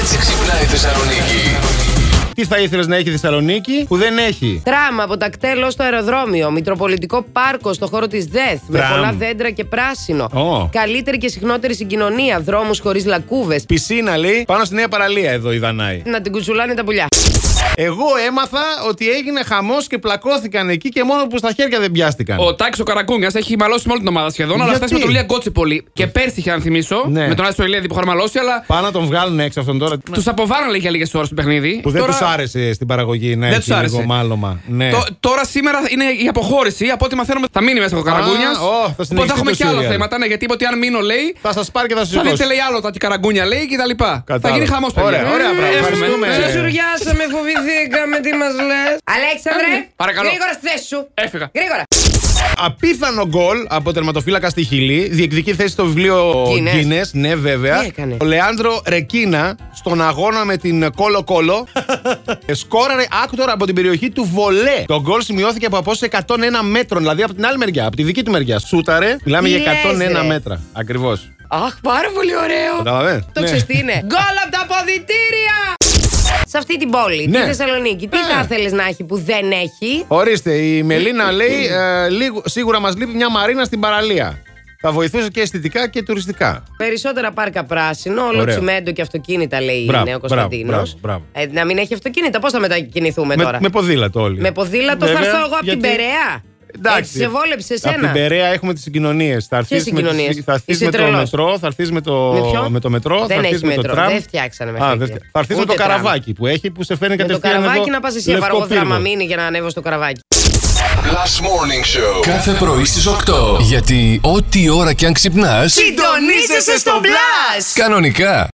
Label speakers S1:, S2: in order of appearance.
S1: έτσι ξυπνάει η Θεσσαλονίκη.
S2: Τι θα ήθελες να έχει η Θεσσαλονίκη που δεν έχει.
S3: Τραμ από τα κτέλ ως το αεροδρόμιο. Μητροπολιτικό πάρκο στο χώρο της ΔΕΘ. Με
S2: Τραμ.
S3: πολλά δέντρα και πράσινο.
S2: Ω.
S3: Καλύτερη και συχνότερη συγκοινωνία. Δρόμους χωρίς λακκούβες.
S2: Πισίνα λέει πάνω στη νέα παραλία εδώ η Δανάη.
S3: Να την κουτσουλάνε τα πουλιά.
S2: Εγώ έμαθα ότι έγινε χαμός και πλακώθηκαν εκεί και μόνο που στα χέρια δεν πιάστηκαν.
S4: Ο Τάξο Καρακούνια έχει μαλώσει με όλη την ομάδα σχεδόν, αλλά
S2: Γιατί?
S4: χθες με τον Ηλία Γκότση πολύ. Και πέρσι είχε, αν θυμίσω,
S2: Ναι.
S4: με τον Άσο Ηλέδη που είχαν μαλώσει, αλλά
S2: Πάνω να τον βγάλουν έξω αυτόν τώρα.
S4: τους αποβάραν για λίγες ώρες το παιχνίδι.
S2: Που δεν
S4: Τώρα-
S2: τους άρεσε στην παραγωγή να
S4: δεν
S2: έχει
S4: τους άρεσε.
S2: λίγο μάλωμα. Ναι.
S4: Το- τώρα σήμερα είναι η αποχώρηση. Από ό,τι μαθαίνουμε, θα μείνει μέσα ο Καραγκούνια.
S2: Α, ω, θα συνεχιστεί
S4: έχουμε
S2: το
S4: και άλλα
S2: serial.
S4: θέματα, ναι, γιατί είπε ότι αν μείνω, λέει,
S2: Θα σας πάρει και θα σας
S4: θα δείτε,
S2: σηκώσει.
S4: λέει άλλο τα Καραγκούνια, λέει και τα λοιπά.
S2: Κατάλαβα.
S4: Θα γίνει χαμός, παιδιά.
S2: Ωραία, ωραία,
S4: Μμμ,
S2: μπράβο, ευχαριστούμε.
S4: εύχομαι. Ε,
S2: Ε.
S3: Ξουριάσαμε, φοβηθήκαμε, τι μας λες.
S2: Ε,
S3: Αλέξανδρε,
S4: Παρακαλώ.
S3: γρήγορα στη θέση σου.
S4: Έφυγα.
S3: Γρήγορα.
S2: Απίθανο γκολ από τερματοφύλακα στη Χιλή. Διεκδικεί θέση στο βιβλίο
S3: Guinness.
S2: Γκίνε. Ναι, βέβαια.
S3: Τι έκανε?
S2: Ο Λεάνδρο Ρεκίνα στον αγώνα με την Κόλο Κόλο. σκόραρε άκτορα από την περιοχή του Βολέ. Το γκολ σημειώθηκε από απόσταση 101 μέτρων, δηλαδή από την άλλη μεριά, από τη δική του μεριά. Σούταρε. Μιλάμε
S3: Τι
S2: για 101
S3: λες, ρε.
S2: μέτρα. Ακριβώς.
S3: Αχ, πάρα πολύ ωραίο.
S2: Κατάλαβε.
S3: Το
S2: Ναι.
S3: ξέρει τι είναι. Γκολ από τα ποδητήρια! Σε αυτή την πόλη,
S2: Ναι.
S3: τη Θεσσαλονίκη, τι
S2: Ναι.
S3: θα ήθελε να έχει που δεν έχει.
S2: Ορίστε, η Μελίνα λέει ε, λίγο, σίγουρα μας λείπει μια μαρίνα στην παραλία. Θα βοηθούσε και αισθητικά και τουριστικά.
S3: Περισσότερα πάρκα πράσινο, όλο
S2: Ωραίο.
S3: τσιμέντο και αυτοκίνητα λέει
S2: Μπράβο,
S3: είναι ο
S2: μπράβο,
S3: Κωνσταντίνος.
S2: μπράβο, μπράβο.
S3: Ε, να μην έχει αυτοκίνητα, πώς θα μετακινηθούμε
S2: με,
S3: τώρα.
S2: με ποδήλατο όλοι.
S3: Με ποδήλατο θα
S2: Βέβαια,
S3: έρθω εγώ από την
S2: γιατί-
S3: Περαία.
S2: Εντάξει.
S3: Έτσι σε βόλεψε
S2: Από την
S3: εσένα.
S2: Περαία έχουμε τις συγκοινωνίες. Θα έρθει με,
S3: συγκοινωνίες?
S2: τις- θα έρθεις
S3: Είσαι
S2: με το
S3: τρελός.
S2: μετρό, θα έρθει με, το-
S3: Με ποιο?
S2: το μετρό,
S3: Δεν
S2: θα έρθει
S3: έχει
S2: με το
S3: μετρό,
S2: τραμ.
S3: δεν φτιάξανε μέχρι
S2: Α,
S3: εκεί.
S2: δεν φτιά- Θα έρθει με το
S3: Ούτε τραμ.
S2: καραβάκι που έχει που σε φέρνει
S3: Με το
S2: κατευθείαν.
S3: καραβάκι
S2: εδώ,
S3: να πας εσύ,
S2: Λευκό
S3: παραγωγό
S2: Πύργο.
S3: δράμα μείνει για να ανέβω στο καραβάκι.
S1: Last Morning Show.
S5: Κάθε πρωί στις 8. Γιατί ό,τι ώρα κι αν ξυπνάς,
S3: Συντονίζεσαι στο μπλα!
S5: κανονικά.